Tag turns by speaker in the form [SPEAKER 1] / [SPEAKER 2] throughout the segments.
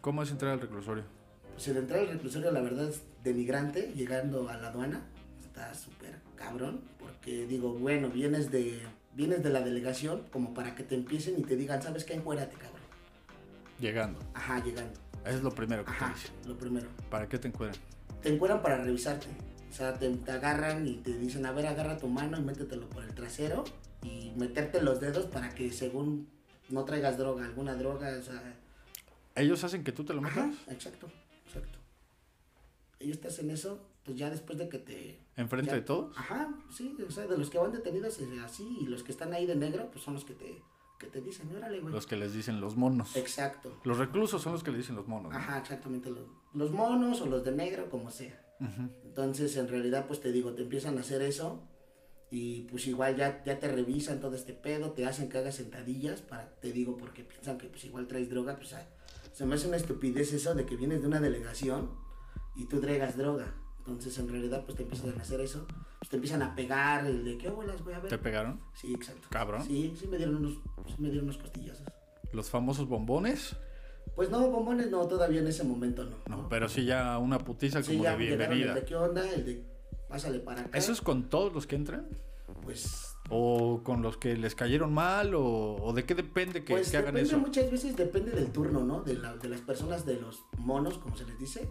[SPEAKER 1] ¿Cómo es entrar al reclusorio?
[SPEAKER 2] Pues el entrar al reclusorio, la verdad, es denigrante, llegando a la aduana. Está súper cabrón, porque digo, bueno, vienes de, vienes de la delegación como para que te empiecen y te digan, ¿sabes qué? Encuérate, cabrón.
[SPEAKER 1] Llegando.
[SPEAKER 2] Ajá, llegando.
[SPEAKER 1] Eso es lo primero que te
[SPEAKER 2] Ajá,
[SPEAKER 1] dicen.
[SPEAKER 2] lo primero.
[SPEAKER 1] ¿Para qué te encuentran?
[SPEAKER 2] Te encueran para revisarte. O sea, te, te agarran y te dicen, a ver, agarra tu mano y métetelo por el trasero y meterte los dedos para que según no traigas droga, alguna droga, o sea...
[SPEAKER 1] ¿Ellos hacen que tú te lo metas?
[SPEAKER 2] Ajá, exacto, exacto. Ellos te hacen eso, pues ya después de que te...
[SPEAKER 1] ¿Enfrente
[SPEAKER 2] ya-
[SPEAKER 1] de todos?
[SPEAKER 2] Ajá, sí, o sea, de los que van detenidos es así y los que están ahí de negro, pues son los que te, que te dicen, órale, güey.
[SPEAKER 1] Los que les dicen los monos.
[SPEAKER 2] Exacto.
[SPEAKER 1] Los reclusos son los que le dicen los monos. ¿no?
[SPEAKER 2] Ajá, exactamente. Los, los monos o los de negro, como sea.
[SPEAKER 1] Ujú.
[SPEAKER 2] Entonces, en realidad, pues te digo, te empiezan a hacer eso y pues igual ya, ya te revisan todo este pedo, te hacen que hagas sentadillas, para, te digo, porque piensan que pues igual traes droga, pues ah, se me hace una estupidez eso de que vienes de una delegación y tú traigas droga. Entonces, en realidad, pues te empiezan a hacer eso, pues te empiezan a pegar, el de qué bolas, voy a
[SPEAKER 1] ¿Te
[SPEAKER 2] ver.
[SPEAKER 1] pegaron?
[SPEAKER 2] Sí, exacto.
[SPEAKER 1] Cabrón.
[SPEAKER 2] Sí, sí me dieron unos, sí me dieron unos costillazos.
[SPEAKER 1] ¿Los famosos bombones?
[SPEAKER 2] Pues no, bombones no, todavía en ese momento no.
[SPEAKER 1] No, pero sí ya una putiza
[SPEAKER 2] Sí,
[SPEAKER 1] como
[SPEAKER 2] ya
[SPEAKER 1] de
[SPEAKER 2] llegaron
[SPEAKER 1] bienvenida.
[SPEAKER 2] El de qué onda, el de pásale para acá.
[SPEAKER 1] ¿Eso es con todos los que entran?
[SPEAKER 2] Pues
[SPEAKER 1] ¿O con los que les cayeron mal? ¿O, o de qué depende que,
[SPEAKER 2] Pues
[SPEAKER 1] que hagan
[SPEAKER 2] depende,
[SPEAKER 1] eso?
[SPEAKER 2] muchas veces depende del turno, ¿no? De, la- de las personas, de los monos, como se les dice,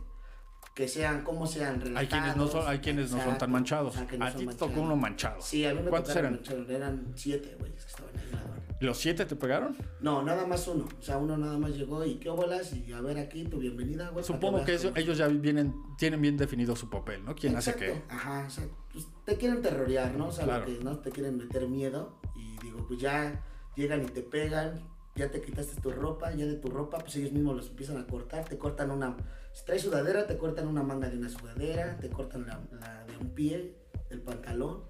[SPEAKER 2] que sean, como sean relatados.
[SPEAKER 1] Hay quienes no son, hay quienes no son tan
[SPEAKER 2] Exacto,
[SPEAKER 1] manchados.
[SPEAKER 2] o sea, que no
[SPEAKER 1] a
[SPEAKER 2] son
[SPEAKER 1] ti te tocó
[SPEAKER 2] manchados.
[SPEAKER 1] uno manchado.
[SPEAKER 2] Sí, a mí me
[SPEAKER 1] ¿Cuántos
[SPEAKER 2] tocaron
[SPEAKER 1] eran?
[SPEAKER 2] manchados, Eran siete, güey, que estaban ahí en la aduana.
[SPEAKER 1] ¿Los siete te pegaron?
[SPEAKER 2] No, nada más uno. O sea, uno nada más llegó y qué bolas y a ver aquí tu bienvenida, güey.
[SPEAKER 1] Supongo
[SPEAKER 2] para
[SPEAKER 1] que
[SPEAKER 2] veas
[SPEAKER 1] eso-
[SPEAKER 2] cómo-
[SPEAKER 1] ellos ya vienen, tienen bien definido su papel, ¿no? ¿Quién hace
[SPEAKER 2] Exacto,
[SPEAKER 1] qué?
[SPEAKER 2] Ajá, o sea, pues te quieren terrorear, ¿no? O sea,
[SPEAKER 1] Claro.
[SPEAKER 2] lo que, ¿no? Te quieren meter miedo y digo, pues ya llegan y te pegan, ya te quitaste tu ropa, ya de tu ropa, pues ellos mismos los empiezan a cortar, te cortan una, si traes sudadera, te cortan una manga de una sudadera, te cortan la, la de un pie, del pantalón.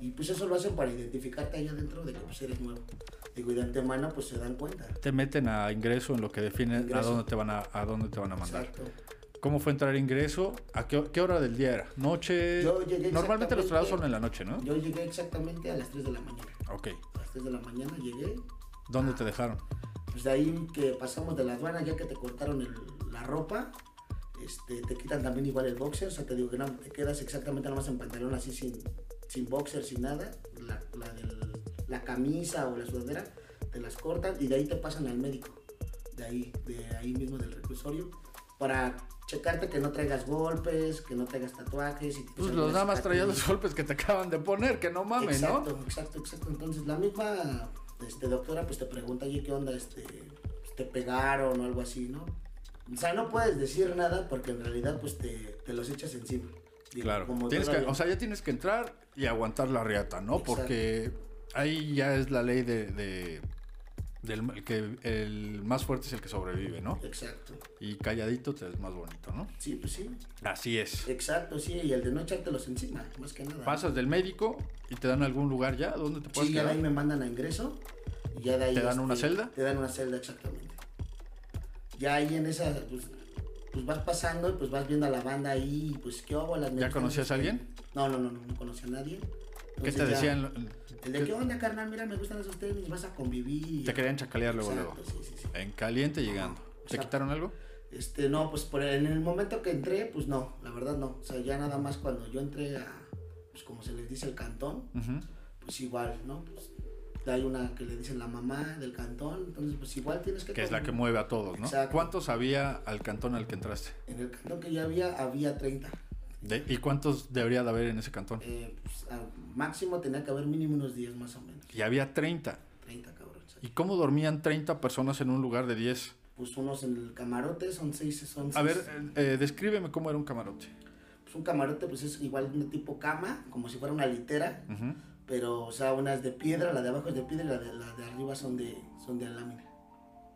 [SPEAKER 2] Y pues eso lo hacen para identificarte allá adentro de que pues eres nuevo. Digo, y de antemano pues se dan cuenta.
[SPEAKER 1] Te meten a ingreso en lo que define a
[SPEAKER 2] Ingreso.
[SPEAKER 1] dónde te van a, a dónde te van a mandar.
[SPEAKER 2] Exacto.
[SPEAKER 1] ¿Cómo fue entrar a ingreso? ¿A qué, qué hora del día era? ¿Noche?
[SPEAKER 2] Yo llegué
[SPEAKER 1] Normalmente los
[SPEAKER 2] exactamente-
[SPEAKER 1] trabajos son en la noche, ¿no?
[SPEAKER 2] Yo llegué exactamente a las 3 de la mañana.
[SPEAKER 1] Ok.
[SPEAKER 2] A las 3 de la mañana llegué,
[SPEAKER 1] ¿Dónde te dejaron?
[SPEAKER 2] pues de ahí que pasamos de la aduana, ya que te cortaron el- la ropa, este, te quitan también igual el boxer, o sea, te digo que no, te quedas exactamente nomás en pantalón así sin, sin boxer, sin nada, la, la, del- la camisa o la sudadera, te las cortan y de ahí te pasan al médico, de ahí, de ahí mismo del reclusorio, para checarte que no traigas golpes, que no traigas tatuajes. Y que
[SPEAKER 1] Pues
[SPEAKER 2] sean
[SPEAKER 1] los
[SPEAKER 2] unas
[SPEAKER 1] nada más traían
[SPEAKER 2] cicatrices.
[SPEAKER 1] los golpes que te acaban de poner, que no mames, ¿no?
[SPEAKER 2] Exacto, exacto, exacto. Entonces la misma este, doctora pues te pregunta, oye, ¿qué onda? Este, pues, ¿Te pegaron o algo así, no? O sea, no puedes decir nada porque en realidad pues te, te los echas encima. Digo,
[SPEAKER 1] Claro.
[SPEAKER 2] como
[SPEAKER 1] Tienes que,
[SPEAKER 2] todavía-
[SPEAKER 1] o sea, ya tienes que entrar y aguantar la riata, ¿no?
[SPEAKER 2] Exacto.
[SPEAKER 1] Porque ahí ya es la ley de, de- del el que el más fuerte es el que sobrevive, ¿no?
[SPEAKER 2] Exacto.
[SPEAKER 1] Y calladito te es más bonito, ¿no?
[SPEAKER 2] Sí, pues sí.
[SPEAKER 1] Así es.
[SPEAKER 2] Exacto, sí. Y el de no echártelos encima, más que nada.
[SPEAKER 1] Pasas del médico y te dan algún lugar ya donde te puedes
[SPEAKER 2] Sí, ya de
[SPEAKER 1] quedar.
[SPEAKER 2] ahí me mandan a ingreso. y ya de ahí,
[SPEAKER 1] Pues
[SPEAKER 2] este,
[SPEAKER 1] ¿Te dan una celda?
[SPEAKER 2] Te dan una celda, exactamente. Ya ahí en esa, pues, pues vas pasando y pues vas viendo a la banda ahí, y, pues qué óbolas. me
[SPEAKER 1] ¿Ya
[SPEAKER 2] gustan
[SPEAKER 1] conocías a
[SPEAKER 2] esos-
[SPEAKER 1] alguien?
[SPEAKER 2] No, no, no, no, no conocí a nadie.
[SPEAKER 1] ¿Qué
[SPEAKER 2] Entonces
[SPEAKER 1] te
[SPEAKER 2] pues ya,
[SPEAKER 1] decían?
[SPEAKER 2] El de, ¿qué onda, carnal? Mira, me gustan esos tenis, vas a convivir. y-
[SPEAKER 1] Te querían chacalear luego,
[SPEAKER 2] Exacto,
[SPEAKER 1] luego.
[SPEAKER 2] sí, sí, sí.
[SPEAKER 1] En caliente llegando. ¿Te
[SPEAKER 2] Exacto.
[SPEAKER 1] quitaron algo?
[SPEAKER 2] Este, no, pues por en el momento que entré, pues no, la verdad no. O sea, ya nada más cuando yo entré a, pues como se les dice, el cantón,
[SPEAKER 1] Ujú.
[SPEAKER 2] pues igual, ¿no? Pues, hay una que le dicen la mamá del cantón, entonces pues igual tienes que...
[SPEAKER 1] Que es la que
[SPEAKER 2] mueve.
[SPEAKER 1] mueve a todos, ¿no?
[SPEAKER 2] Exacto.
[SPEAKER 1] ¿Cuántos había al cantón al que entraste?
[SPEAKER 2] En el cantón que ya había, había 30.
[SPEAKER 1] De- ¿Y cuántos debería de haber en ese cantón?
[SPEAKER 2] Eh, pues, al máximo tenía que haber mínimo unos 10 más o menos.
[SPEAKER 1] Y había 30.
[SPEAKER 2] 30 cabrones.
[SPEAKER 1] ¿Y cómo dormían 30 personas en un lugar de 10?
[SPEAKER 2] Pues unos en el camarote, son 6, son
[SPEAKER 1] A ver,
[SPEAKER 2] seis.
[SPEAKER 1] eh, eh, descríbeme cómo era un camarote.
[SPEAKER 2] Pues un camarote pues es igual un tipo cama, como si fuera una litera,
[SPEAKER 1] Ujú.
[SPEAKER 2] pero o sea, una es de piedra, la de abajo es de piedra y la de, la de arriba son de, son de lámina.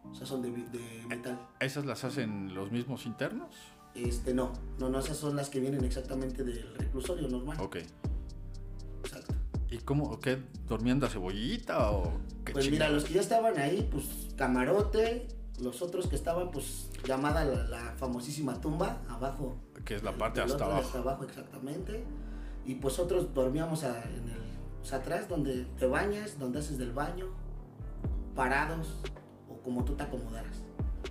[SPEAKER 2] O sea, son de, vi- de metal.
[SPEAKER 1] ¿Esas las hacen los mismos internos?
[SPEAKER 2] Este, no, no, no, esas son las que vienen exactamente del reclusorio normal.
[SPEAKER 1] Ok.
[SPEAKER 2] Exacto.
[SPEAKER 1] ¿Y cómo? ¿Qué? ¿Dormían de cebollita o qué
[SPEAKER 2] Pues mira, los que ya estaban ahí, pues camarote, los otros que estaban, pues llamada la, la famosísima tumba, abajo.
[SPEAKER 1] chingada? Que es la
[SPEAKER 2] del-
[SPEAKER 1] parte
[SPEAKER 2] del
[SPEAKER 1] hasta
[SPEAKER 2] otro,
[SPEAKER 1] abajo.
[SPEAKER 2] exactamente. Y pues otros dormíamos a- en el, o sea, atrás, donde te bañas, donde haces del baño, parados, o como tú te acomodaras.